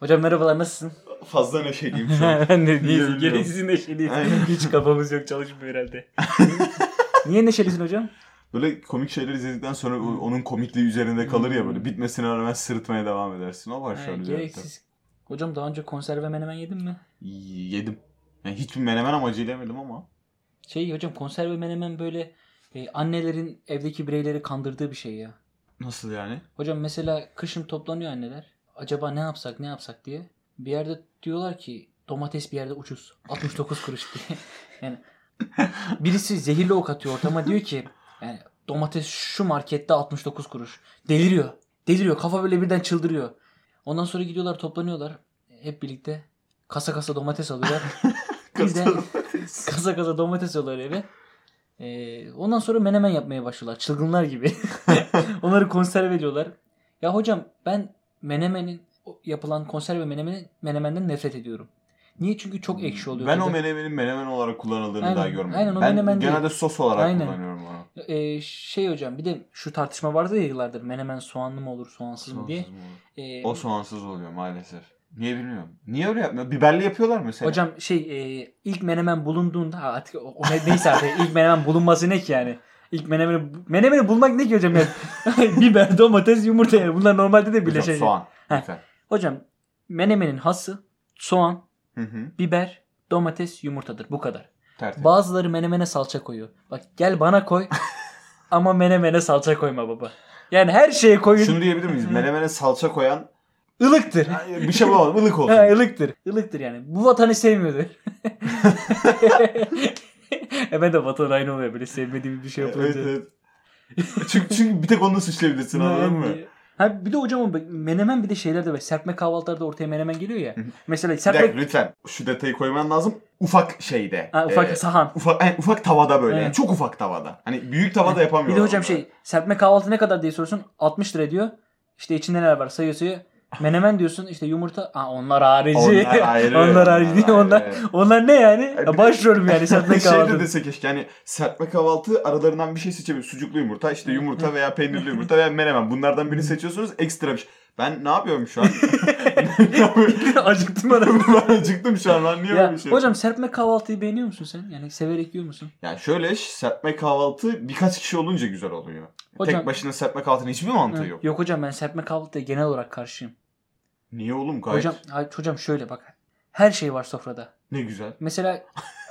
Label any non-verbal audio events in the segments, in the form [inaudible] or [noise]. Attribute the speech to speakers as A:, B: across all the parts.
A: Hocam merhabalar nasılsın?
B: Fazla neşeliyim şu an.
A: [laughs] ben de
B: Niye
A: neyse
B: bilmiyorum.
A: gereksiz neşeliyiz.
B: Aynen.
A: [laughs] Hiç kafamız yok çalışmıyor herhalde. Niye neşelisin hocam?
B: Böyle komik şeyler izledikten sonra
A: Hmm.
B: o- onun komikliği üzerinde kalır ya böyle. Bitmesine rağmen sırıtmaya devam edersin. O var
A: Ha,
B: şu an üzerimde.
A: Hmm. Ee, gereksiz. Hocam daha önce konserve menemen yedin mi?
B: Yedim. Yani hiçbir menemen amacıyla yemedim ama.
A: Şey hocam konserve menemen böyle e, annelerin evdeki bireyleri kandırdığı bir şey ya.
B: Nasıl yani?
A: Hocam mesela kışın toplanıyor anneler. Acaba ne yapsak ne yapsak diye. Bir yerde diyorlar ki domates bir yerde ucuz. 69 kuruş diye. [laughs] Yani birisi zehirli ok atıyor ortama diyor ki yani domates şu markette 69 kuruş. Deliriyor. Deliriyor. Kafa böyle birden çıldırıyor. Ondan sonra gidiyorlar toplanıyorlar. Hep birlikte kasa kasa domates alıyorlar. Biz de [laughs] kasa kasa domates alıyorlar eve. Ee, ondan sonra menemen yapmaya başlıyorlar. Çılgınlar gibi. [laughs] Onları konserve ediyorlar. Ya hocam ben menemenin o yapılan konserve menemenin menemenden nefret ediyorum. Niye? Çünkü çok ekşi oluyor.
B: Ben
A: tadı.
B: o menemenin menemen olarak kullanıldığını
A: Aynen,
B: daha görmedim.
A: aynen o
B: ben
A: menemen
B: genelde
A: değil.
B: sos olarak
A: Aynen.
B: kullanıyorum onu.
A: Ee, şey hocam bir de şu tartışma vardı ya yıllardır menemen soğanlı mı olur soğansız mı diye.
B: Soğansız mı olur?
A: Ee,
B: O soğansız oluyor maalesef. Niye bilmiyorum. Niye öyle yapmıyor? Biberli yapıyorlar mesela.
A: hocam şey e, ilk menemen bulunduğunda ha, artık o, o ne- neyse artık ilk menemen bulunması ne ki yani? İlk menemeni, menemeni bulmak ne ki hocam? Yani? [laughs] Biber, domates, yumurta yani. Bunlar normalde de
B: Hocam,
A: bileşen.
B: soğan.
A: Heh.
B: Biber.
A: Hocam menemenin hası soğan,
B: Hı hı.
A: biber, domates, yumurtadır. Bu kadar.
B: Tertemiz.
A: Bazıları menemene salça koyuyor. Bak gel bana
B: [laughs]
A: koy ama menemene salça koyma baba. Yani her şeye koyun.
B: Şunu diyebilir miyiz? Menemene
A: [laughs]
B: salça koyan
A: ılıktır.
B: bir şey bulamadım. ılık olsun.
A: Ha, ılıktır. Ilıktır yani. Bu vatanı
B: [laughs]
A: sevmiyordur. e ben de vatan aynı oluyor böyle sevmediğim bir şey yapılınca.
B: Evet, evet. çünkü, çünkü bir tek onu suçlayabilirsin anladın
A: Yani-
B: mı?
A: Ha, bir de hocam bak, menemen bir de şeylerde var. Serpme kahvaltılarda ortaya menemen geliyor ya.
B: Hı hı.
A: Mesela
B: Bir dakika
A: serpme
B: lütfen şu detayı koyman lazım. Ufak şeyde.
A: ha, ufak
B: Ee,
A: sahan.
B: ufak, yani ufak tavada böyle.
A: Evet.
B: Yani çok ufak tavada. Hani büyük tavada
A: Bir
B: yapamıyorlar.
A: de hocam
B: onu.
A: şey serpme kahvaltı ne kadar diye soruyorsun. 60 lira diyor. İşte içinde neler var sayıyor sayıyor. Menemen diyorsun işte yumurta. Aa, onlar harici.
B: Onlar
A: [laughs]
B: ayrı.
A: onlar harici değil. Onlar,
B: ayrı.
A: onlar ne yani?
B: bir
A: Ya,
B: de-
A: Başrol mü yani serpme
B: [laughs] şey de
A: kahvaltı? [laughs]
B: dese keşke hani serpme kahvaltı aralarından bir şey seçebilir. Sucuklu yumurta, işte yumurta veya peynirli yumurta veya menemen. Bunlardan birini seçiyorsunuz ekstra bir şey. Ben ne yapıyorum
A: [laughs]
B: şu an? [laughs] Ne yapıyorum? [laughs]
A: Acıktım adamı.
B: ben acıktım şu an lan. Niye böyle
A: Ya,
B: bir şey?
A: hocam serpme kahvaltıyı beğeniyor musun sen? Yani severek yiyor musun?
B: Yani şöyle serpme kahvaltı birkaç kişi olunca güzel oluyor.
A: Hocam-
B: Tek başına serpme kahvaltının hiçbir mantığı
A: Hı.
B: yok.
A: Yok hocam ben serpme kahvaltıya genel olarak karşıyım.
B: Niye oğlum gayet?
A: Hocam hayır, hocam şöyle bak. Her şey var sofrada.
B: Ne güzel.
A: Mesela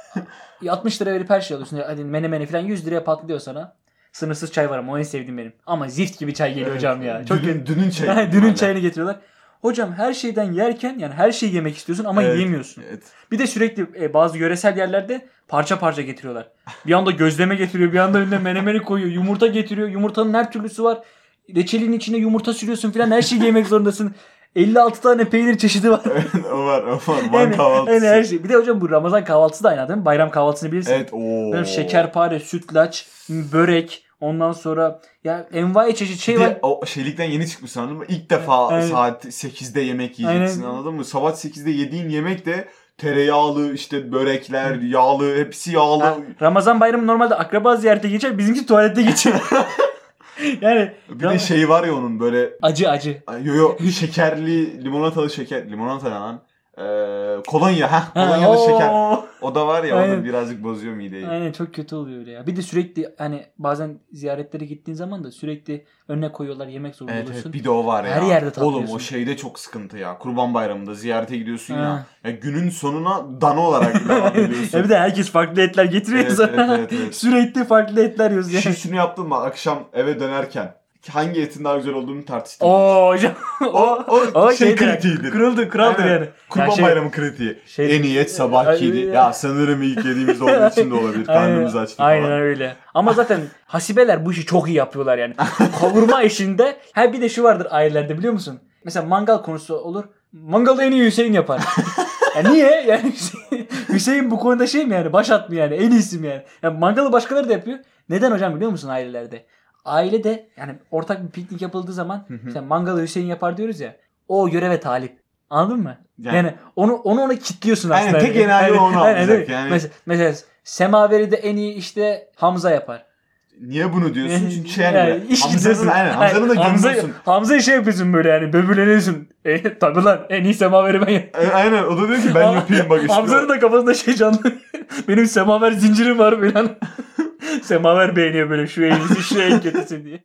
A: [laughs] 60 lira verip her şey alıyorsun. Hadi menemeni falan 100 liraya patlıyor sana. Sınırsız çay var ama o en sevdiğim benim. Ama zift gibi çay geliyor
B: Evet,
A: hocam ya. Çok
B: dünün, dünün çayı.
A: Ha, [laughs] Dünün
B: Aynen.
A: çayını getiriyorlar. Hocam her şeyden yerken yani her şeyi yemek istiyorsun ama
B: Evet.
A: yiyemiyorsun.
B: Evet. [laughs]
A: Bir de sürekli e, bazı yöresel yerlerde parça parça getiriyorlar. Bir anda gözleme getiriyor, bir anda önüne menemeni koyuyor, yumurta getiriyor. Yumurtanın her türlüsü var. Reçelin içine yumurta sürüyorsun falan her şeyi yemek zorundasın. 56 tane peynir çeşidi var.
B: o var, o var. Van
A: Yani, yani
B: kahvaltısı.
A: her şey. Bir de hocam bu Ramazan kahvaltısı da aynı değil mi? Bayram kahvaltısını bilirsin.
B: Evet, ooo.
A: Böyle şekerpare, sütlaç, börek, ondan sonra ya envai çeşit
B: Bir
A: şey var.
B: de o şeylikten yeni çıkmış anladın mı? İlk defa
A: Aynen.
B: saat 8'de yemek yiyeceksin
A: Aynen.
B: anladın mı? Sabah 8'de yediğin yemek de tereyağlı, işte börekler, yağlı, hepsi yağlı.
A: Ha, Ramazan bayramı normalde akraba ziyarete geçer. Bizimki tuvalette
B: [laughs]
A: geçiyor. yani
B: Bir de şey var ya onun böyle
A: acı acı.
B: Ay, Yo yo şekerli limonatalı şeker limonata ne lan Ee, kolonya ha kolonyalı
A: Ha,
B: şeker
A: oo.
B: o da var ya o
A: Aynen.
B: da birazcık bozuyor mideyi.
A: Aynen çok kötü oluyor öyle ya. Bir de sürekli hani bazen ziyaretlere gittiğin zaman da sürekli önüne koyuyorlar yemek zorunda
B: Evet, evet
A: oluyorsun.
B: bir de o var ya.
A: Her yerde tatlıyorsun.
B: Oğlum o şeyde çok sıkıntı ya. Kurban Bayramı'nda ziyarete gidiyorsun
A: Ha.
B: ya. ya. Günün sonuna dana
A: [laughs]
B: olarak devam ediyorsun.
A: E bir de herkes farklı etler getiriyor
B: Evet,
A: sana.
B: evet, evet,
A: [laughs]
B: evet.
A: Sürekli farklı etler yiyoruz
B: Şu,
A: yani.
B: şunu yaptın mı akşam eve dönerken hangi etin daha güzel olduğunu tartıştın.
A: Oo hocam.
B: o, o,
A: [laughs] o
B: şey
A: şeydir,
B: kritiğidir.
A: Kırıldı kraldır
B: Aynen.
A: yani.
B: Kurban
A: Ya şey-
B: Bayramı kritiği.
A: Şey,
B: en iyi et sabahkiydi.
A: Ay-
B: Ya sanırım ilk yediğimiz olduğu için de olabilir. Karnımız açtı falan.
A: Aynen öyle. Ama zaten hasibeler bu işi çok iyi yapıyorlar
B: [laughs]
A: yani. Kavurma işinde. Ha bir de şu vardır ailelerde biliyor musun? Mesela mangal konusu olur. Mangalda en iyi Hüseyin
B: [laughs]
A: yapar. Ya niye? Yani [laughs] Hüseyin, Hüseyin bu konuda şey mi yani? Baş at mı yani? En iyisi mi yani? yani? Mangalı başkaları da yapıyor. Neden hocam biliyor musun ailelerde? Ailede yani ortak bir piknik yapıldığı zaman
B: hı.
A: işte mangalı Hüseyin yapar diyoruz ya. O göreve talip. Anladın mı? Yani,
B: Yani-
A: onu onu ona kitliyorsun
B: Aynen,
A: aslında.
B: tek genelde onu
A: aynen,
B: alacak
A: değil mi?
B: yani.
A: Mes- Mesela, Semaveri'de en iyi işte Hamza yapar.
B: niye bunu diyorsun? Çünkü
A: [laughs]
B: şey yani,
A: Yani
B: böyle,
A: iş
B: Hamza'nın,
A: gidiyorsun.
B: aynen, Hamza'nın da
A: Hamza,
B: gömüyorsun.
A: Hamza'yı şey yapıyorsun böyle yani böbürleniyorsun. E, tabi lan en iyi semaveri ben yaptım.
B: E, Aynen o da diyor ki ben yapayım bak işte.
A: Hamza'nın da kafasında şey canlı. [laughs] Benim semaver zincirim var falan. [laughs] semaver beğeniyor böyle şu en iyisi şu en kötüsü diye.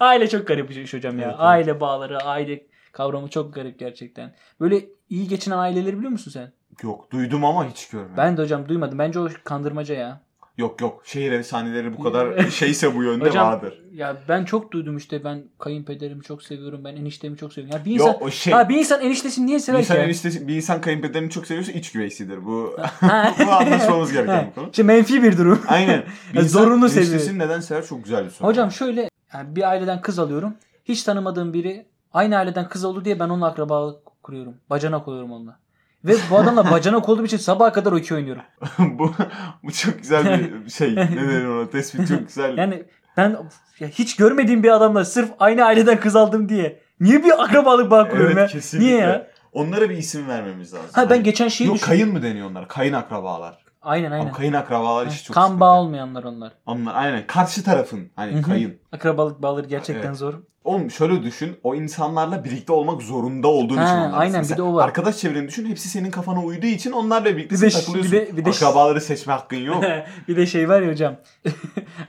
A: Aile çok garip bir şey hocam ya.
B: Evet, evet.
A: Aile bağları, aile kavramı çok garip gerçekten. Böyle iyi geçinen aileleri biliyor musun sen?
B: Yok duydum ama hiç görmedim.
A: Ben de hocam duymadım. Bence o kandırmaca ya.
B: Yok yok şehir efsaneleri
A: [laughs]
B: bu kadar şeyse bu yönde
A: Hocam
B: vardır.
A: ya ben çok duydum işte ben kayınpederimi çok seviyorum ben eniştemi çok seviyorum. Ya bir insan
B: Yok o şey.
A: ha bir insan eniştesini niye
B: Bir
A: sever ki?
B: insan,
A: ya?
B: eniştesi, bir insan kayınpederini çok seviyorsa iç
A: [laughs]
B: güveysidir. Bu, [laughs]
A: Ha.
B: bu anlaşmamız gereken
A: Ha. [laughs]
B: bir konu.
A: İşte menfi bir durum.
B: Aynen. Bir
A: Ya
B: insan
A: E, zorunlu
B: eniştesini
A: seviyor.
B: neden sever çok güzel bir soru.
A: Hocam şöyle yani bir aileden kız alıyorum. Hiç tanımadığım biri aynı aileden kız oldu diye ben onunla akrabalık kuruyorum. Bacanak oluyorum onunla. Ve bu
B: [laughs]
A: adamla bacanak olduğum için sabaha kadar okey oynuyorum.
B: [laughs] bu, bu çok güzel
A: [laughs]
B: bir şey. Ne denir ona? Tespit çok güzel.
A: Yani ben ya hiç görmediğim bir adamla sırf aynı aileden kız aldım diye. Niye bir akrabalık bağ kuruyorum ya? Niye ya?
B: Onlara bir isim vermemiz lazım.
A: Ha ben şey
B: Hani-
A: geçen şeyi
B: Yok
A: düşün-
B: kayın mı deniyor onlara? Kayın akrabalar.
A: Aynen aynen.
B: Ama kayın akrabalar işi çok
A: Kan
B: sıkıntı.
A: bağı olmayanlar onlar.
B: Onlar aynen karşı tarafın hani
A: Hı hı.
B: kayın.
A: Akrabalık bağları gerçekten
B: Evet.
A: zor.
B: Oğlum şöyle düşün. O insanlarla birlikte olmak zorunda olduğun
A: Ha,
B: için onlar.
A: aynen, bir de o var.
B: Arkadaş çevreni düşün. Hepsi senin kafana uyduğu için onlarla birlikte
A: Bir
B: sen
A: de ş-
B: takılıyorsun.
A: bir de- bir de ş-
B: Akrabaları seçme hakkın yok.
A: [laughs] bir de şey var ya hocam. [laughs]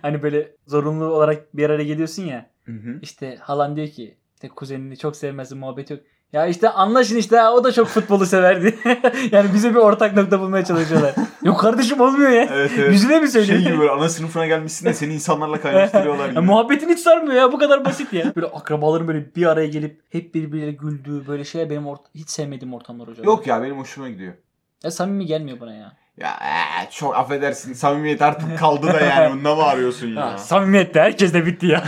A: hani böyle zorunlu olarak bir araya geliyorsun ya.
B: Hı hı.
A: İşte halan diyor ki işte kuzenini çok sevmezsin muhabbet yok. Ya işte anlaşın işte ha, o da çok futbolu severdi. [laughs] yani bize bir ortak nokta bulmaya
B: [laughs]
A: çalışıyorlar. yok kardeşim olmuyor ya.
B: Evet evet.
A: Yüzüne mi
B: şey
A: söylüyorsun?
B: gibi böyle ana sınıfına gelmişsin de seni insanlarla
A: [laughs]
B: kaynaştırıyorlar
A: Ya
B: gibi.
A: muhabbetin hiç sarmıyor ya bu kadar basit ya. Böyle akrabaların böyle bir araya gelip hep birbirleriyle güldüğü böyle şeyler benim orta- hiç sevmediğim ortamlar hocam.
B: Yok ya benim hoşuma gidiyor.
A: Ya samimi gelmiyor bana ya.
B: Ya eee, çok affedersin samimiyet artık kaldı
A: [laughs]
B: da yani bununla mı arıyorsun
A: Ya.
B: ya?
A: samimiyet de herkes de bitti
B: [laughs]
A: ya.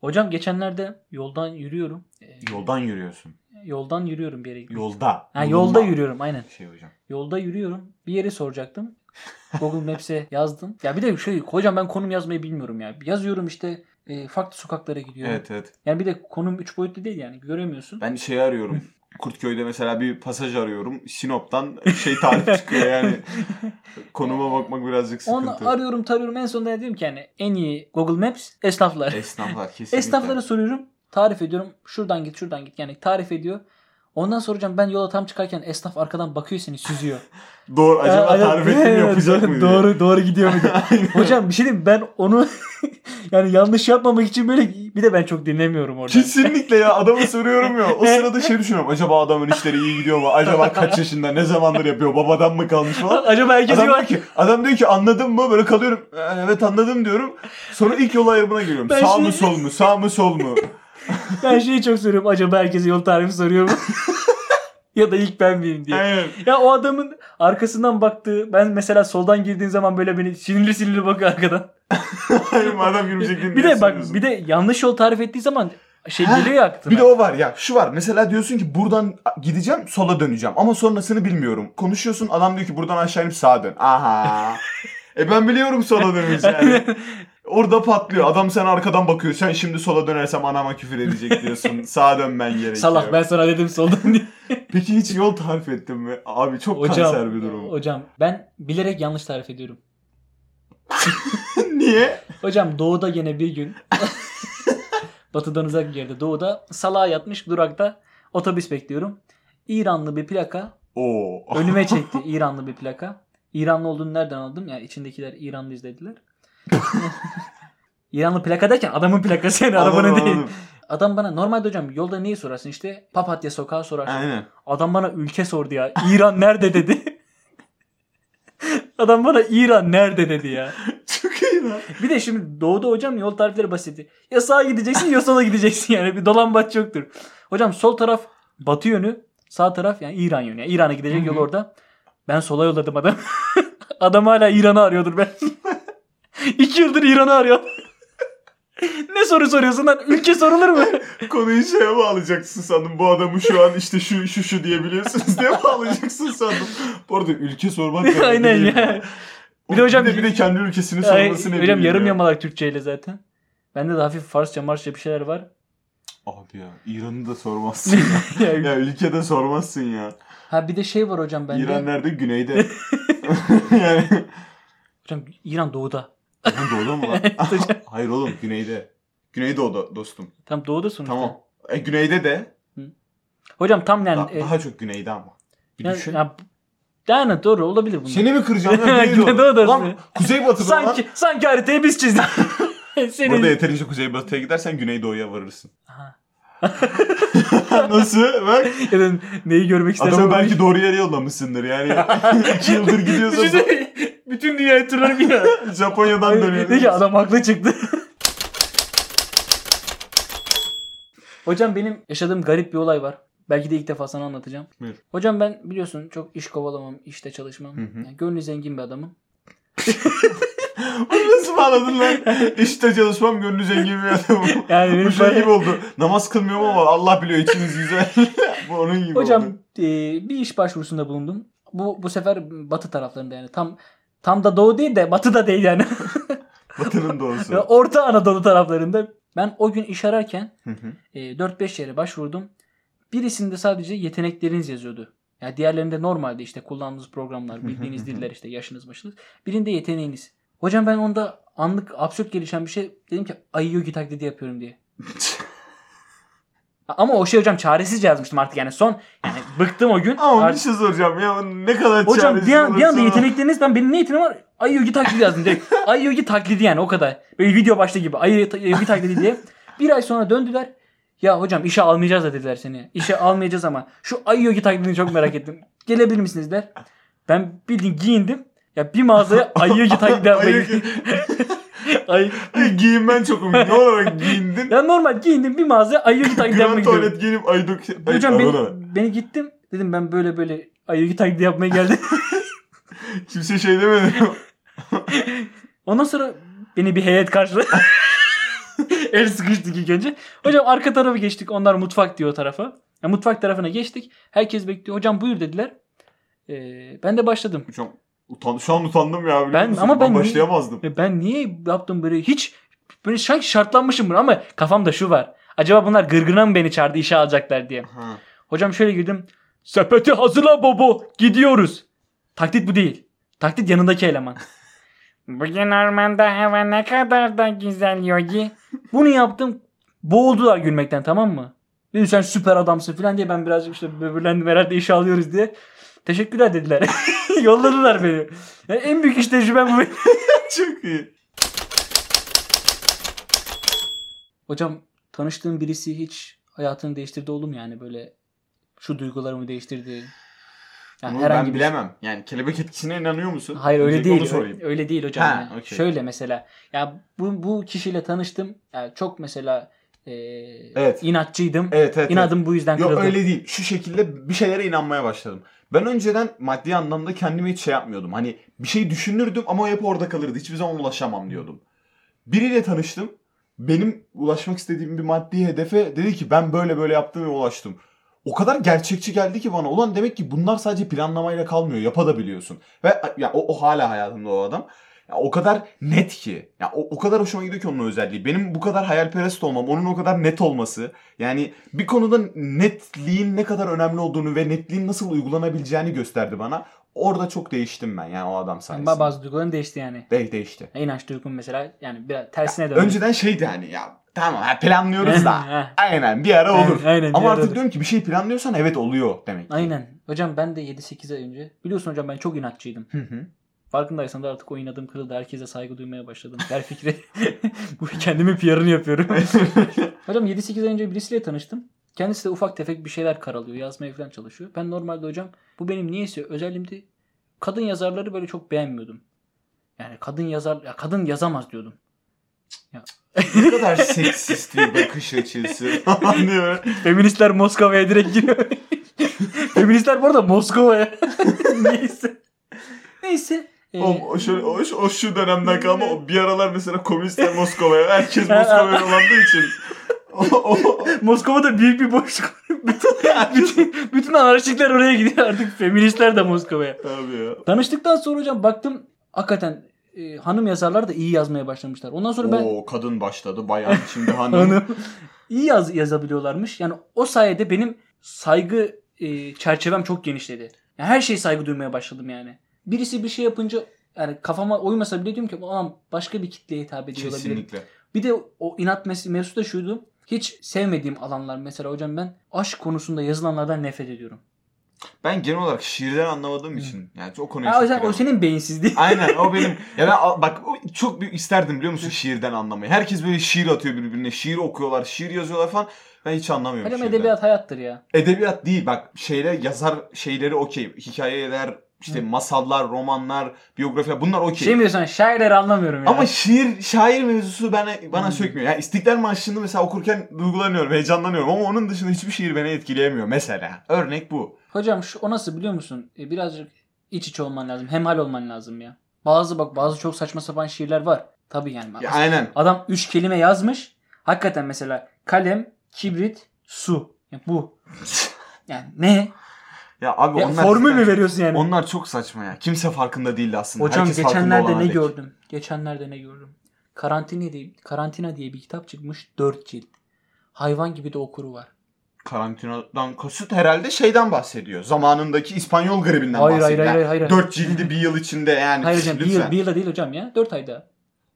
A: Hocam geçenlerde yoldan yürüyorum. Ee,
B: Yoldan yürüyorsun.
A: Yoldan yürüyorum bir yere gitmek.
B: Yolda.
A: Ha, yolda
B: Yolunda.
A: yürüyorum aynen.
B: Şey hocam.
A: Yolda yürüyorum. Bir yeri soracaktım. Google Maps'e [laughs] yazdım. Ya bir de şey hocam ben konum yazmayı bilmiyorum ya. Yazıyorum işte e, farklı sokaklara gidiyorum.
B: Evet evet.
A: Yani bir de konum 3 boyutlu değil yani göremiyorsun.
B: Ben şeyi
A: [laughs]
B: arıyorum. Kurtköy'de mesela bir pasaj arıyorum. Sinop'tan şey tarif
A: [laughs]
B: çıkıyor yani. Konuma bakmak birazcık
A: Onu
B: sıkıntı.
A: arıyorum tarıyorum en sonunda dedim ki yani en iyi Google Maps [laughs] esnaflar.
B: Esnaflar kesinlikle.
A: Esnaflara soruyorum. Tarif ediyorum. Şuradan git şuradan git. Yani tarif ediyor. Ondan soracağım ben yola tam çıkarken esnaf arkadan bakıyor seni süzüyor.
B: Doğru [laughs] acaba
A: Ya,
B: tarif ettim
A: [laughs] evet,
B: yapacak mı diye.
A: Doğru doğru gidiyor mu diye.
B: Aynen.
A: Hocam bir şey diyeyim mi? ben onu [laughs] yani yanlış yapmamak için böyle bir de ben çok dinlemiyorum orada.
B: [laughs] Kesinlikle ya adama soruyorum ya. O sırada şey düşünüyorum. Acaba adamın işleri iyi gidiyor mu?
A: [laughs]
B: Acaba kaç yaşında? Ne zamandır yapıyor? Babadan mı kalmış falan?
A: Acaba herkes
B: Adam
A: iyi
B: diyor
A: var.
B: ki, adam diyor ki anladın mı? Böyle kalıyorum. "Ee, Evet anladım diyorum. Sonra ilk yol ayrımına giriyorum.
A: Ben
B: sağ
A: şimdi-
B: mı sol mu? Sağ mı sol mu?
A: [laughs] Ben şeyi çok soruyorum. Acaba herkese yol tarifi soruyor mu? [laughs] ya da ilk ben miyim diye.
B: Aynen.
A: [laughs] Ya o adamın arkasından baktığı ben mesela soldan girdiğim zaman böyle beni sinirli sinirli bakıyor arkadan.
B: Aynen adam gülmeyecek diye
A: Bir de bak
B: sanıyorsun.
A: bir de yanlış yol tarif ettiği zaman şey
B: Ha,
A: geliyor ya aklına.
B: Bir
A: [laughs]
B: de o var ya şu var mesela diyorsun ki buradan gideceğim sola döneceğim ama sonrasını bilmiyorum. Konuşuyorsun adam diyor ki buradan aşağı inip sağa dön.
A: [laughs]
B: Aha. e ben biliyorum sola döneceğini. Orada patlıyor. Adam sen arkadan bakıyor. Sen şimdi sola dönersem anama küfür
A: [laughs]
B: edecek diyorsun. Sağa dönmen gerekiyor.
A: Salak ben sana dedim soldan diye.
B: Peki hiç yol tarif ettin mi? Abi çok kanser bir durum.
A: hocam ben bilerek yanlış tarif ediyorum.
B: Niye?
A: Hocam doğuda gene bir
B: [laughs]
A: gün batıdan uzak bir yerde doğuda salağa yatmış durakta otobüs bekliyorum. İranlı bir plaka
B: Oo. [laughs]
A: önüme çekti İranlı bir plaka. İranlı olduğunu nereden anladım? Yani içindekiler İranlı
B: [laughs]
A: izlediler. İranlı plaka derken adamın plakası yani
B: Anladım,
A: arabanın değil.
B: anladım.
A: Adam bana normalde hocam yolda neyi sorarsın işte papatya sokağı sorarsın.
B: Aynen.
A: Adam bana ülke sordu ya. İran nerede dedi. [laughs] Adam bana İran nerede dedi ya.
B: Çok iyi lan.
A: Bir de şimdi doğuda hocam yol tarifleri basit. Ya sağa gideceksin ya sola gideceksin yani. Bir dolambaç yoktur. Hocam sol taraf batı yönü, sağ taraf yani İran yönü. Yani İran'a gidecek yol
B: Hı hı.
A: orada. Ben sola yolladım adam. [laughs] adam hala İran'ı arıyordur belki. [laughs] İki yıldır İran'ı arıyor. [laughs] ne soru soruyorsun lan? Ülke sorulur mu?
B: Konuyu şeye bağlayacaksın sandım. Bu adamı şu an işte şu şu şu diyebiliyorsunuz diye bağlayacaksın sandım. [laughs] Bu arada ülke sormak da önemli
A: Aynen
B: değil
A: ya.
B: O
A: Bir de hocam-
B: bir de, bir de kendi ülkesini
A: Ay,
B: sorması ne
A: hocam
B: bileyim
A: yarım
B: ya. [laughs]
A: yamalak Türkçeyle zaten. Bende de hafif Farsça, Marsça bir şeyler var. [laughs]
B: Abi ya İran'ı da sormazsın ya. ya ülkede sormazsın ya.
A: ha bir de şey var hocam bende.
B: İran
A: İran, [laughs]
B: nerede? Güneyde. yani.
A: hocam, İran doğuda.
B: Lan doğuda mı [laughs] lan? Hayır oğlum güneyde. Güneydoğu'da dostum.
A: Tam doğuda sonuçta.
B: Tamam. E, güneyde de.
A: Hocam tam yani.
B: da-
A: e,
B: daha çok güneyde ama. Bir
A: yani,
B: düşün.
A: ya- yani doğru olabilir bunlar.
B: Seni mi kıracağım lan
A: [laughs] Güneydoğu'da
B: Güneydoğu? lan
A: aslında. [laughs]
B: kuzeybatıda
A: sanki
B: lan.
A: sanki haritayı biz çizdik. [laughs] Senin.
B: Burada yeterince kuzeybatıya gidersen güneydoğuya varırısın.
A: Aha.
B: [laughs] Nasıl? Bak.
A: Ya da neyi görmek istersen. [laughs]
B: Adamı belki doğru yere yollamışsındır yani. İki yıldır gidiyorsa
A: Düşünsene, Bütün dünyayı turlarım
B: [laughs]
A: ya.
B: Japonya'dan
A: Ne ki
B: dönüyor.
A: adam haklı çıktı. Hocam benim yaşadığım garip bir olay var. Belki de ilk defa sana anlatacağım.
B: Buyur.
A: Hocam ben biliyorsun çok iş kovalamam, işte çalışmam.
B: Hı hı.
A: Yani gönlü zengin bir adamım.
B: [laughs] Bunu nasıl bağladın lan? İşte çalışmam gönlü zengin bir adamım.
A: Yani benim
B: Bu şey
A: böyle-
B: gibi oldu. Namaz kılmıyorum ama Allah biliyor içiniz güzel. [laughs] Bu onun gibi
A: Hocam
B: oldu.
A: e, bir iş başvurusunda bulundum. Bu bu sefer batı taraflarında yani tam tam da doğu değil de batı da değil yani.
B: Batının
A: [laughs]
B: doğusu.
A: Orta Anadolu taraflarında. Ben o gün iş ararken
B: Hı hı.
A: E, 4-5 yere başvurdum. Birisinde sadece yetenekleriniz yazıyordu. Yani diğerlerinde normalde işte kullandığınız programlar,
B: [laughs]
A: bildiğiniz diller işte yaşınız başınız. Birinde yeteneğiniz. Hocam ben onda anlık absürt gelişen bir şey dedim ki Ayyuki taklidi yapıyorum diye. Ama o şey hocam çaresizce yazmıştım artık yani son yani bıktım o gün.
B: ama bir
A: Artık-
B: şey soracağım ya ne kadar
A: hocam bir,
B: çaresiz
A: an, bir anda
B: olursa- [laughs]
A: yeteneklerinizden benim ne yeteneğim var? Ayyuki taklidi yazdım direkt. Ayyuki taklidi yani o kadar. Böyle video başta gibi
B: [laughs]
A: Ayyuki taklidi diye. Bir ay sonra döndüler. Ya hocam işe almayacağız da dediler seni. İşe almayacağız ama şu Ayyuki taklidini çok merak ettim. Gelebilir misiniz der. Ben bildiğin giyindim. Ya bir
B: [laughs]
A: mağazaya Ayyuki taklidi yapmayı.
B: Ayyuki.
A: Ay-
B: Giyinmen çok önemli. Ne olarak giyindin?
A: ya normal giyindim bir mağazaya Ayyuki taklidi
B: Grand
A: yapmaya gidiyorum.
B: tuvalet giyinip aydok...
A: Hocam beni, beni gittim. Dedim ben böyle böyle Ayyuki taklidi yapmaya geldim.
B: Kimse şey demedi.
A: Ondan sonra beni bir heyet karşıladı. [laughs] El sıkıştık ilk önce. Hocam arka tarafı geçtik. Onlar mutfak diyor o tarafa. Ya mutfak tarafına geçtik. Herkes bekliyor. Hocam buyur dediler. Ee, ben de başladım.
B: Hocam utan, [laughs] şu an utandım ya. biliyor
A: Ben-
B: musun?
A: ama ben- [laughs]
B: başlayamazdım.
A: Ve ben niye yaptım böyle hiç böyle sanki şartlanmışım bunu ama kafamda şu var. Acaba bunlar gırgırına mı beni çağırdı işe alacaklar diye.
B: Ha.
A: Hocam şöyle girdim. Sepeti hazırla babo. Gidiyoruz. Taklit bu değil. Taklit yanındaki eleman.
C: Bugün ormanda hava ne kadar da güzel Yogi.
A: Bunu yaptım. Boğuldular gülmekten tamam mı? Dedim sen süper adamsın falan diye ben birazcık işte böbürlendim herhalde işe alıyoruz diye. Teşekkürler dediler. [laughs] Yolladılar beni. Ya en büyük iş tecrübem bu benim.
B: Çok iyi.
A: Hocam tanıştığım birisi hiç hayatını değiştirdi oğlum yani böyle şu duygularımı değiştirdi. Yani
B: Bunu
A: herhangi bir-
B: ben
A: şey-
B: bilemem. Yani kelebek etkisine inanıyor musun?
A: Hayır öyle
B: Öncelikle
A: değil.
B: Onu
A: Öyle,
B: sorayım.
A: öyle değil hocam.
B: Ha,
A: yani.
B: okey.
A: Şöyle mesela ya bu bu kişiyle tanıştım. Yani çok mesela e,
B: Evet.
A: inatçıydım.
B: Evet evet.
A: İnadım bu yüzden
B: evet. Yok
A: kırıldı.
B: öyle değil. Şu şekilde bir şeylere inanmaya başladım. Ben önceden maddi anlamda kendime hiç şey yapmıyordum. Hani bir şey düşünürdüm ama o hep orada kalırdı. Hiçbir zaman ulaşamam diyordum. Biriyle tanıştım. Benim ulaşmak istediğim bir maddi hedefe dedi ki ben böyle böyle yaptım ve ulaştım. O kadar gerçekçi geldi ki bana. Ulan demek ki bunlar sadece planlamayla kalmıyor. Yapabiliyorsun. Ve ya o, o hala hayatımda o adam. Ya o kadar net ki. Ya o, o kadar hoşuma gidiyor ki onun özelliği. Benim bu kadar hayalperest olmam, onun o kadar net olması. Yani bir konuda netliğin ne kadar önemli olduğunu ve netliğin nasıl uygulanabileceğini gösterdi bana. Orada çok değiştim ben yani o adam
A: Yani
B: sayesinde.
A: bazı duyguların değişti yani.
B: De- değişti.
A: Ya İnanç duygun mesela yani biraz tersine döndü.
B: Önceden şeydi hani ya tamam ha,
A: [laughs]
B: planlıyoruz [laughs] da.
A: Ha,
B: Aynen bir ara
A: aynen,
B: olur.
A: aynen,
B: Ama
A: bir
B: artık
A: arada.
B: diyorum ki bir şey planlıyorsan evet oluyor demek ki.
A: Aynen. Hocam ben de 7-8 ay önce biliyorsun hocam ben çok inatçıydım.
B: Hı hı.
A: Farkındaysan da artık o inadım kırıldı. Herkese saygı duymaya başladım. Her fikre [laughs] bu kendimin PR'ını yapıyorum.
B: [laughs]
A: hocam 7-8 ay önce birisiyle tanıştım. Kendisi de ufak tefek bir şeyler karalıyor. Yazmaya falan çalışıyor. Ben normalde hocam bu benim niyeyse özelliğimdi. Kadın yazarları böyle çok beğenmiyordum. Yani kadın yazar ya kadın yazamaz diyordum.
B: [laughs] ne kadar seksist bir bakış açısı. [laughs] Anlıyorum.
A: Feministler Moskova'ya direkt giriyor. Feministler bu arada Moskova'ya. Neyse. Neyse. Ee,
B: O, o, şöyle, o, şu- o şu dönemden kalma o bir aralar mesela komünistler
A: [laughs]
B: Moskova'ya herkes Moskova'ya yolandığı için [laughs] o, o-
A: Moskova'da büyük bir boşluk. [laughs] bütün, bütün, bütün anarşikler oraya gidiyor artık. Feministler de Moskova'ya.
B: abi ya.
A: Tanıştıktan sonra hocam baktım hakikaten e, hanım yazarlar da iyi yazmaya başlamışlar. Ondan sonra ben
B: Oo kadın başladı bayağı şimdi hanım.
A: hanım iyi yaz yazabiliyorlarmış. Yani o sayede benim saygı e, çerçevem çok genişledi. Yani her şeye saygı duymaya başladım yani. Birisi bir şey yapınca yani kafama uymasa bile diyorum ki ulan başka bir kitleye hitap ediyor olabilir.
B: Kesinlikle.
A: Bir de o inat mes- mevzusu da şuydu. Hiç sevmediğim alanlar mesela hocam ben aşk konusunda yazılanlardan nefret ediyorum.
B: Ben genel olarak şiirden anlamadığım için yani o konuya
A: Ha, o,
B: çok
A: yüzden o
B: giremem.
A: senin beyinsizliği.
B: Aynen
A: [laughs]
B: o benim. Ya ben al- bak o çok büyük isterdim biliyor musun şiirden anlamayı. Herkes böyle şiir atıyor birbirine. Şiir okuyorlar, şiir yazıyorlar falan. Ben hiç anlamıyorum
A: Hocam
B: şiirden.
A: edebiyat hayattır ya.
B: Edebiyat değil bak şeyler yazar şeyleri okey. Hikayeler işte masallar, romanlar, biyografiler bunlar okey.
A: Şey mi diyorsun şairleri anlamıyorum ya.
B: Ama şiir, şair mevzusu bana, bana
A: Hmm.
B: sökmüyor. Yani İstiklal Marşı'nı mesela okurken duygulanıyorum, heyecanlanıyorum ama onun dışında hiçbir şiir beni etkileyemiyor mesela. Örnek bu.
A: Hocam şu o nasıl biliyor musun? E, birazcık iç iç olman lazım. Hemhal olman lazım ya. Bazı bak bazı çok saçma sapan şiirler var. Tabii yani.
B: Ya, aynen. [laughs]
A: Adam 3 kelime yazmış. Hakikaten mesela kalem, kibrit, su. Ya bu. Yani ne?
B: Ya abi
A: Ya
B: onlar...
A: formül mü veriyorsun yani?
B: Onlar çok saçma ya. Kimse farkında değildi aslında.
A: Hocam
B: Herkes farkında
A: geçenlerde
B: olan
A: ne
B: halde.
A: gördüm? Geçenlerde ne gördüm? Karantina diye, karantina diye bir kitap çıkmış 4 cilt. Hayvan gibi de okuru var.
B: Karantinadan kasıt herhalde şeyden bahsediyor. Zamanındaki İspanyol gribinden
A: Hayır, hayır,
B: bahsediyor.
A: hayır, hayır, hayır.
B: Dört cildi bir yıl içinde yani.
A: Hayır hocam bir, yıl,
B: Lütfen.
A: bir yılda değil hocam ya. 4 ayda.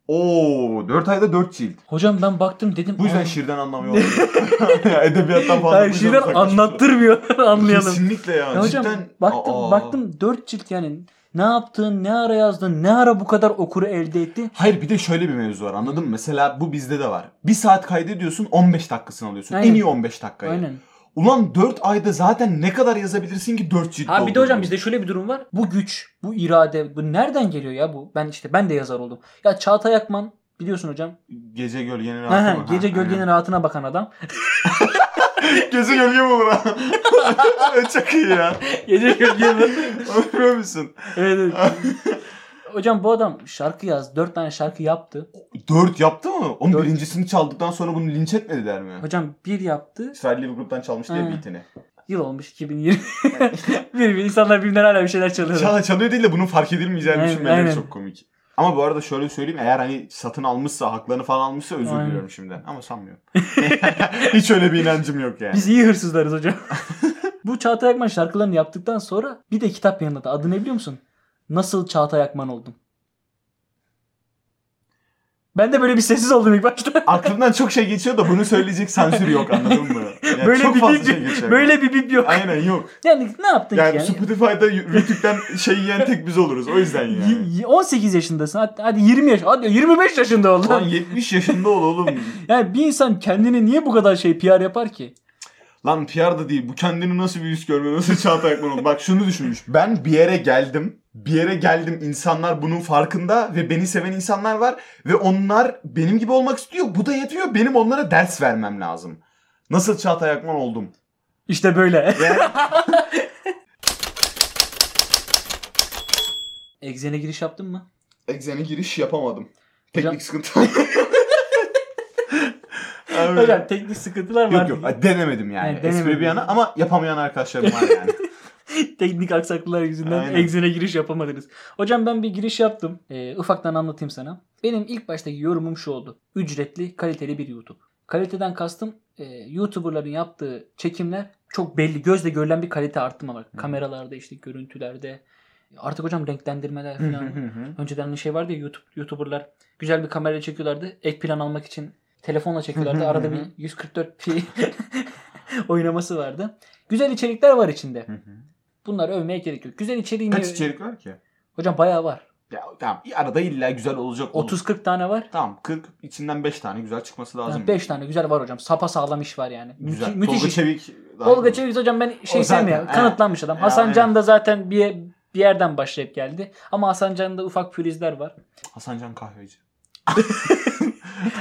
B: Oo, dört ayda dört cilt.
A: Hocam ben baktım dedim.
B: Bu yüzden
A: "Aa,
B: şiirden anlamıyor. [laughs] Edebiyattan falan.
A: Her
B: bu yüzden
A: şeyler
B: uzaklaştı.
A: anlattırmıyor. [laughs] Anlayalım.
B: Kesinlikle ya.
A: Ya hocam
B: Cidden.
A: baktım
B: Aa.
A: baktım 4 cilt yani ne yaptın, ne ara yazdın, ne ara bu kadar okuru elde etti.
B: Hayır bir de şöyle bir mevzu var anladın mı? Mesela bu bizde de var. Bir saat kaydediyorsun 15 dakikasını alıyorsun.
A: Aynen.
B: En iyi 15 dakikayı.
A: Aynen.
B: Ulan 4 ayda zaten ne kadar yazabilirsin ki 4 cilt
A: Ha bir de
B: doldurduğun?
A: hocam bizde şöyle bir durum var. Bu güç, bu irade, bu nereden geliyor ya bu? Ben işte ben de yazar oldum. Ya Çağatay Akman biliyorsun hocam.
B: Gece gölgenin
A: Aha,
B: rahatı mı?
A: gece
B: Ha,
A: gölgenin
B: [laughs] aynen.
A: rahatına bakan adam.
B: Gece gölge mi olur? [laughs] E, Çok iyi ya.
A: gece gölgenin.
B: [laughs] Biliyor musun? [laughs]
A: evet, evet. Hocam bu adam şarkı yaz. Dört tane şarkı yaptı.
B: 4 yaptı mı? Onun
A: Dört.
B: birincisini çaldıktan sonra bunu linç etmediler mi?
A: Hocam bir yaptı.
B: İsrail bir gruptan çalmış diye
A: Ha.
B: beatini.
A: Yıl olmuş
B: [laughs]
A: 2020. bir, bir insanlar birbirlerine hala bir şeyler çalıyorlar.
B: Çal çalıyor değil de bunun fark edilmeyeceğini
A: Aynen,
B: düşünmeleri
A: aynen.
B: çok komik. Ama bu arada şöyle söyleyeyim eğer hani satın almışsa haklarını falan almışsa özür
A: Aynen.
B: diliyorum şimdiden. Ama sanmıyorum. [laughs] Hiç öyle bir inancım yok yani.
A: Biz iyi hırsızlarız
B: [laughs]
A: hocam. Bu Çağatay Akman şarkılarını yaptıktan sonra bir de kitap yayınladı. Adı ne biliyor musun? Nasıl Çağatay Akman oldum. Ben de böyle bir sessiz oldum ilk başta.
B: Aklımdan çok şey geçiyor da bunu söyleyecek sansür yok anladın mı? Yani
A: böyle
B: çok
A: bir
B: fazla
A: bip,
B: şey geçiyor.
A: böyle bir bip yok.
B: Aynen yok.
A: Yani ne yaptın
B: Yani,
A: ki yani?
B: Spotify'da Rütük'ten şey yiyen tek biz oluruz. O
A: [laughs]
B: yüzden yani.
A: Y- y- 18 yaşındasın. Hadi, hadi 20 yaş. Hadi 25 yaşında ol.
B: Lan
A: lan.
B: 70 yaşında ol oğlum.
A: Yani bir insan kendini niye bu kadar şey PR yapar ki?
B: Lan PR da değil. Bu kendini nasıl bir yüz görme, nasıl Çağatay Akman oldu? Bak şunu düşünmüş. Ben bir yere geldim. Bir yere geldim. İnsanlar bunun farkında ve beni seven insanlar var. Ve onlar benim gibi olmak istiyor. Bu da yetmiyor. Benim onlara ders vermem lazım. Nasıl Çağatay Akman oldum?
A: İşte böyle. [laughs]
B: Ve
A: Egzene giriş yaptın mı?
B: egzene giriş yapamadım. Teknik
A: Hocam-
B: sıkıntı. [laughs] Abi.
A: Hocam teknik sıkıntılar var.
B: Yok yok denemedim yani.
A: Yani denemedim.
B: Espri bir yana ama yapamayan arkadaşlarım var
A: [laughs]
B: yani.
A: Teknik aksaklıklar yüzünden
B: Aynen.
A: egzene giriş yapamadınız. Hocam ben bir giriş yaptım. Ee, ufaktan anlatayım sana. Benim ilk baştaki yorumum şu oldu. Ücretli, kaliteli bir YouTube. Kaliteden kastım e, YouTuber'ların yaptığı çekimler çok belli. Gözle görülen bir kalite artımı var. Kameralarda işte görüntülerde. Artık hocam renklendirmeler falan. Önceden bir şey vardı ya YouTube YouTuber'lar güzel bir kamerayla çekiyorlardı. Ek plan almak için telefonla çekiyorlardı. Arada bir 144p [laughs] oynaması vardı. Güzel içerikler var içinde. Bunları övmeye gerek yok. Güzel içeriğin
B: Kaç içerik var ki?
A: Hocam bayağı var.
B: Ya tamam arada illa güzel olacak. oğlum.
A: 30-40 tane var.
B: Tamam 40 içinden 5 tane güzel çıkması lazım.
A: 5 tane güzel var hocam. Sapa sağlam iş var yani.
B: güzel.
A: Müthi- müthiş.
B: Tolga
A: iş.
B: Çevik. daha
A: Olga
B: iyi.
A: Çeviz hocam ben şey
B: O zaten,
A: sevmiyorum.
B: he.
A: Kanıtlanmış adam.
B: Ya,
A: Hasan
B: aynen.
A: Can da zaten bir bir yerden başlayıp geldi. Ama Hasan Can'da ufak pürüzler
B: [laughs]
A: var.
B: Hasan Can Kahveci.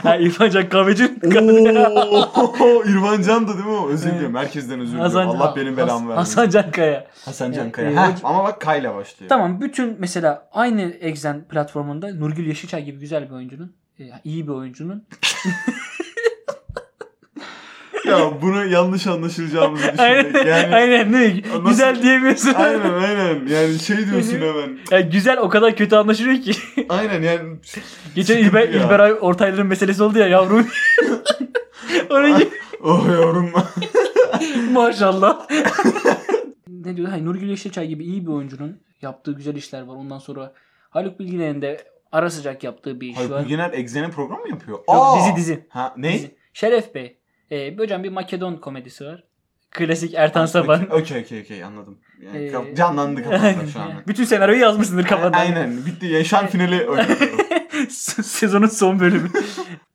A: ha İrfan Can Kahveci.
B: Oo, İrvan Can da değil mi o? Özür dilerim. Herkesten özür diliyorum. Allah benim belamı
A: Has-
B: vermesin.
A: Hasan Can Kaya.
B: Hasan Can
A: Ya,
B: Kaya.
A: e,
B: Heh,
A: hoca-
B: ama bak Kayla başlıyor.
A: Tamam bütün mesela aynı Exen platformunda Nurgül Yeşilçay gibi güzel bir oyuncunun e, iyi bir oyuncunun
B: ya bunu yanlış anlaşılacağımızı
A: [laughs]
B: düşündük.
A: aynen,
B: Yani
A: aynen değil mi?
B: Nasıl-
A: Güzel diyemiyorsun.
B: aynen aynen. Yani şey diyorsun hemen.
A: Yani güzel o kadar kötü anlaşılıyor ki.
B: Aynen yani
A: Geçen
B: Sıkıntı
A: İlber,
B: ya.
A: İlberay Ortaylı'nın meselesi oldu ya [laughs] yavrum. Onun gibi
B: [laughs] oh yavrum.
A: maşallah. [laughs] ne diyor? Hayır, Nurgül Yeşilçay gibi iyi bir oyuncunun yaptığı güzel işler var. Ondan sonra Haluk Bilginer'in de ara sıcak yaptığı bir iş
B: Hayır
A: var.
B: Bilgener Exen'in programı mı yapıyor?
A: Yok,
B: Aa!
A: dizi dizi.
B: Ha ne?
A: Dizi. Şeref Bey. Ee, hocam bir Makedon komedisi var. Klasik Ertan
B: Okey
A: Saban.
B: okey okey okey, anladım. Yani kaf-
A: Ee, [laughs]
B: canlandı kafamda şu
A: Aynen.
B: an.
A: Bütün senaryoyu yazmışsındır kafandan.
B: Aynen bitti.
A: [laughs]
B: Yaşam finali oynuyorum.
A: Sezonun son bölümü.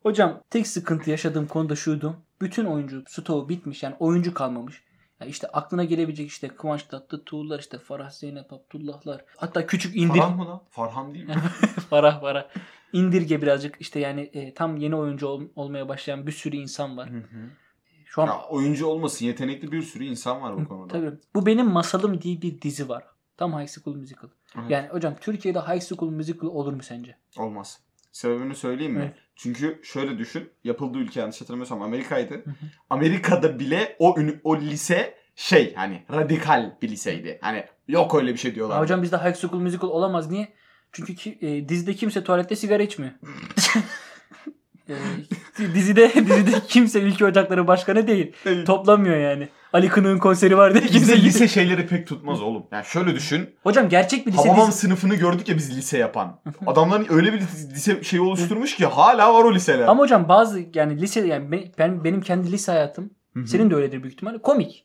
A: Hocam tek sıkıntı yaşadığım konu da şuydu. Bütün oyuncu stoğu bitmiş yani oyuncu kalmamış. Ya işte aklına gelebilecek işte Kıvanç Tatlı Tuğullar işte Farah Zeynep Abdullahlar. Hatta küçük indir.
B: Farhan mı lan? Farhan değil mi?
A: [laughs] Farah Farah. İndirge birazcık işte yani e, tam yeni oyuncu ol- olmaya başlayan bir sürü insan var.
B: Hı hı.
A: Şu an
B: Ya, oyuncu olmasın yetenekli bir sürü insan var bu konuda.
A: tabii bu benim masalım diye bir dizi var. Tam High School Musical.
B: Evet.
A: Yani hocam Türkiye'de High School Musical olur mu sence?
B: Olmaz. Sebebini söyleyeyim mi?
A: Evet.
B: Çünkü şöyle düşün. Yapıldığı ülke yanlış hatırlamıyorsam Amerika'ydı.
A: Hı hı.
B: Amerika'da bile o ünü- o lise şey hani radikal bir liseydi. Hani yok öyle bir şey diyorlar.
A: Ya hocam bizde High School Musical olamaz. Niye? Çünkü ki, e, dizide kimse tuvalette sigara
B: [laughs]
A: içmiyor. E, dizide dizide kimse ülke ocakları başkanı değil. Toplamıyor yani. Ali Kınık'ın konseri var diye kimse
B: Bize
A: lise.
B: lise şeyleri pek tutmaz oğlum. Yani şöyle düşün.
A: Hocam gerçek bir lise
B: Hababam
A: dizisi-
B: sınıfını gördük ya biz lise yapan. Adamların öyle bir lise şeyi oluşturmuş ki hala var o liseler.
A: Ama hocam bazı yani lise yani be- ben benim kendi lise hayatım
B: Hı hı.
A: senin de öyledir büyük ihtimalle komik.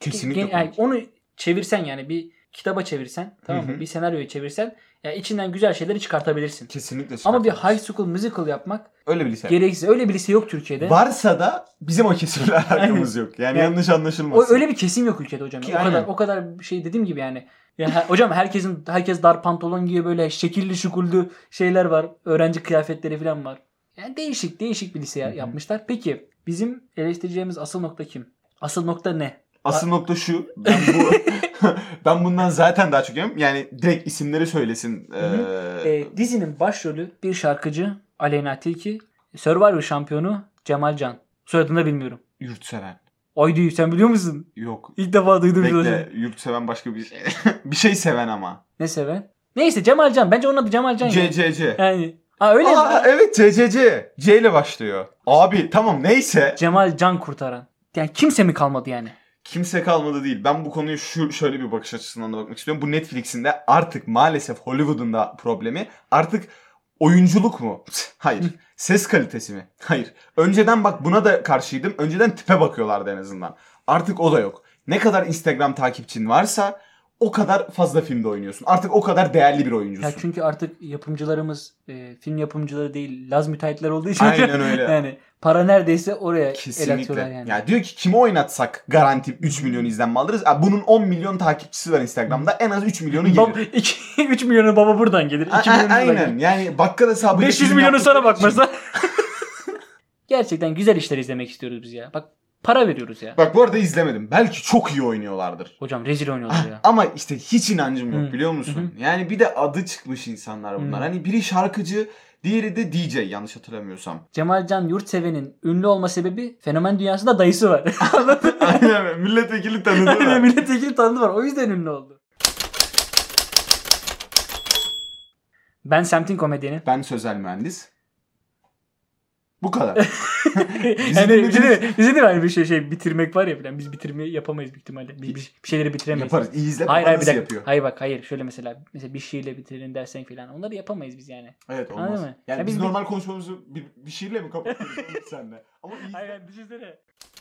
B: kesinlikle
A: Gen- yani
B: komik.
A: onu çevirsen yani bir kitaba çevirsen tamam mı?
B: Hı hı.
A: Bir senaryoya çevirsen yani içinden güzel şeyleri çıkartabilirsin.
B: kesinlikle
A: Ama bir
B: çıkartamaz.
A: high school musical yapmak
B: öyle bir lise.
A: gereksiz. Öyle bir lise yok Türkiye'de.
B: Varsa da bizim o kesimle alakamız yok.
A: Yani-
B: Yani, yanlış anlaşılmasın.
A: O öyle bir kesim yok ülkede hocam.
B: Ki
A: o kadar
B: aynen.
A: o kadar şey dediğim gibi yani. Ya her- hocam herkesin herkes dar pantolon giyiyor böyle şekilli şukullü şeyler var. Öğrenci kıyafetleri falan var. Yani değişik değişik bir lise ya-
B: Hı hı.
A: yapmışlar. Peki bizim eleştireceğimiz asıl nokta kim? Asıl nokta ne?
B: Asıl nokta şu. Ben bu [laughs] ben bundan zaten daha çok eminim. Yani direkt isimleri söylesin.
A: Hı Ee, dizinin başrolü bir şarkıcı Aleyna Tilki, Survivor şampiyonu Cemal Can. Soyadını da bilmiyorum.
B: yurtseven.
A: Oydu sen biliyor musun?
B: Yok.
A: İlk defa duydum. biz hocam.
B: Bekle. Yurtseven başka bir şey. [laughs] bir şey seven ama.
A: Ne seven? Neyse Cemal Can. Bence onun adı Cemal Can. ya.
B: CCC.
A: Yani. Aa öyle mi?
B: Aa, evet CCC. C ile başlıyor. Abi tamam neyse.
A: Cemal Can kurtaran. Yani kimse mi kalmadı yani?
B: Kimse kalmadı değil. Ben bu konuyu şu şöyle bir bakış açısından da bakmak istiyorum. Bu Netflix'in de artık maalesef Hollywood'un da problemi artık oyunculuk mu? Hayır. Ses kalitesi mi? Hayır. Önceden bak buna da karşıydım. Önceden tipe bakıyorlardı en azından. Artık o da yok. Ne kadar Instagram takipçin varsa o kadar fazla filmde oynuyorsun. Artık o kadar değerli bir oyuncusun.
A: Ya çünkü artık yapımcılarımız e, film yapımcıları değil Laz müteahhitler olduğu için [laughs]
B: Aynen öyle.
A: yani para neredeyse oraya el
B: Kesinlikle.
A: atıyorlar yani.
B: Ya diyor ki kimi oynatsak garanti 3 milyon izlenme alırız. Ha, bunun 10 milyon takipçisi var Instagram'da. En az 3 milyonu
A: [laughs]
B: gelir.
A: Bab, 3 milyonu baba buradan gelir. 2
B: A-
A: milyonu
B: a-
A: buradan
B: aynen
A: gelir.
B: yani bakkal hesabı
A: 500
B: bizim
A: milyonu sana
B: yaptıkları için.
A: bakmasa. [laughs] Gerçekten güzel işler izlemek istiyoruz biz ya. Bak para veriyoruz ya.
B: Bak bu arada izlemedim. Belki çok iyi oynuyorlardır. Ah,
A: Hocam rezil oynuyorlar ya.
B: Ama işte hiç inancım yok
A: Hı.
B: biliyor musun? Yani bir de adı çıkmış insanlar bunlar.
A: Hı.
B: Hani biri şarkıcı, diğeri de DJ yanlış hatırlamıyorsam. [laughs]
A: Cemal Can Yurtseven'in ünlü olma sebebi fenomen dünyasında dayısı var.
B: Aynen milletvekili
A: [laughs]
B: tanıdılar.
A: Milletvekili tanıdı var. O yüzden ünlü oldu. Ben semtin
B: [laughs]
A: komedyeni.
B: ben sözel mühendis.
A: [laughs]
B: Bu kadar. Bizim
A: yani
B: dinlediğimiz-
A: bize de, bize de var bir şey, şey bitirmek var ya falan. Biz bitirmeyi yapamayız büyük ihtimalle. Biz bir, bir şeyleri bitiremeyiz.
B: Yaparız. İyi izle.
A: Hayır hayır bir
B: nasıl
A: dakika.
B: yapıyor?
A: Hayır bak hayır. Şöyle mesela mesela bir şiirle bitirin dersen falan. Onları yapamayız biz yani.
B: Evet
A: Anladın
B: olmaz.
A: mı?
B: Yani
A: Ya
B: biz
A: biz-
B: [laughs] normal konuşmamızı bir, bir şiirle mi kapatıyoruz senle? Ama iyi izle.
A: düşünsene.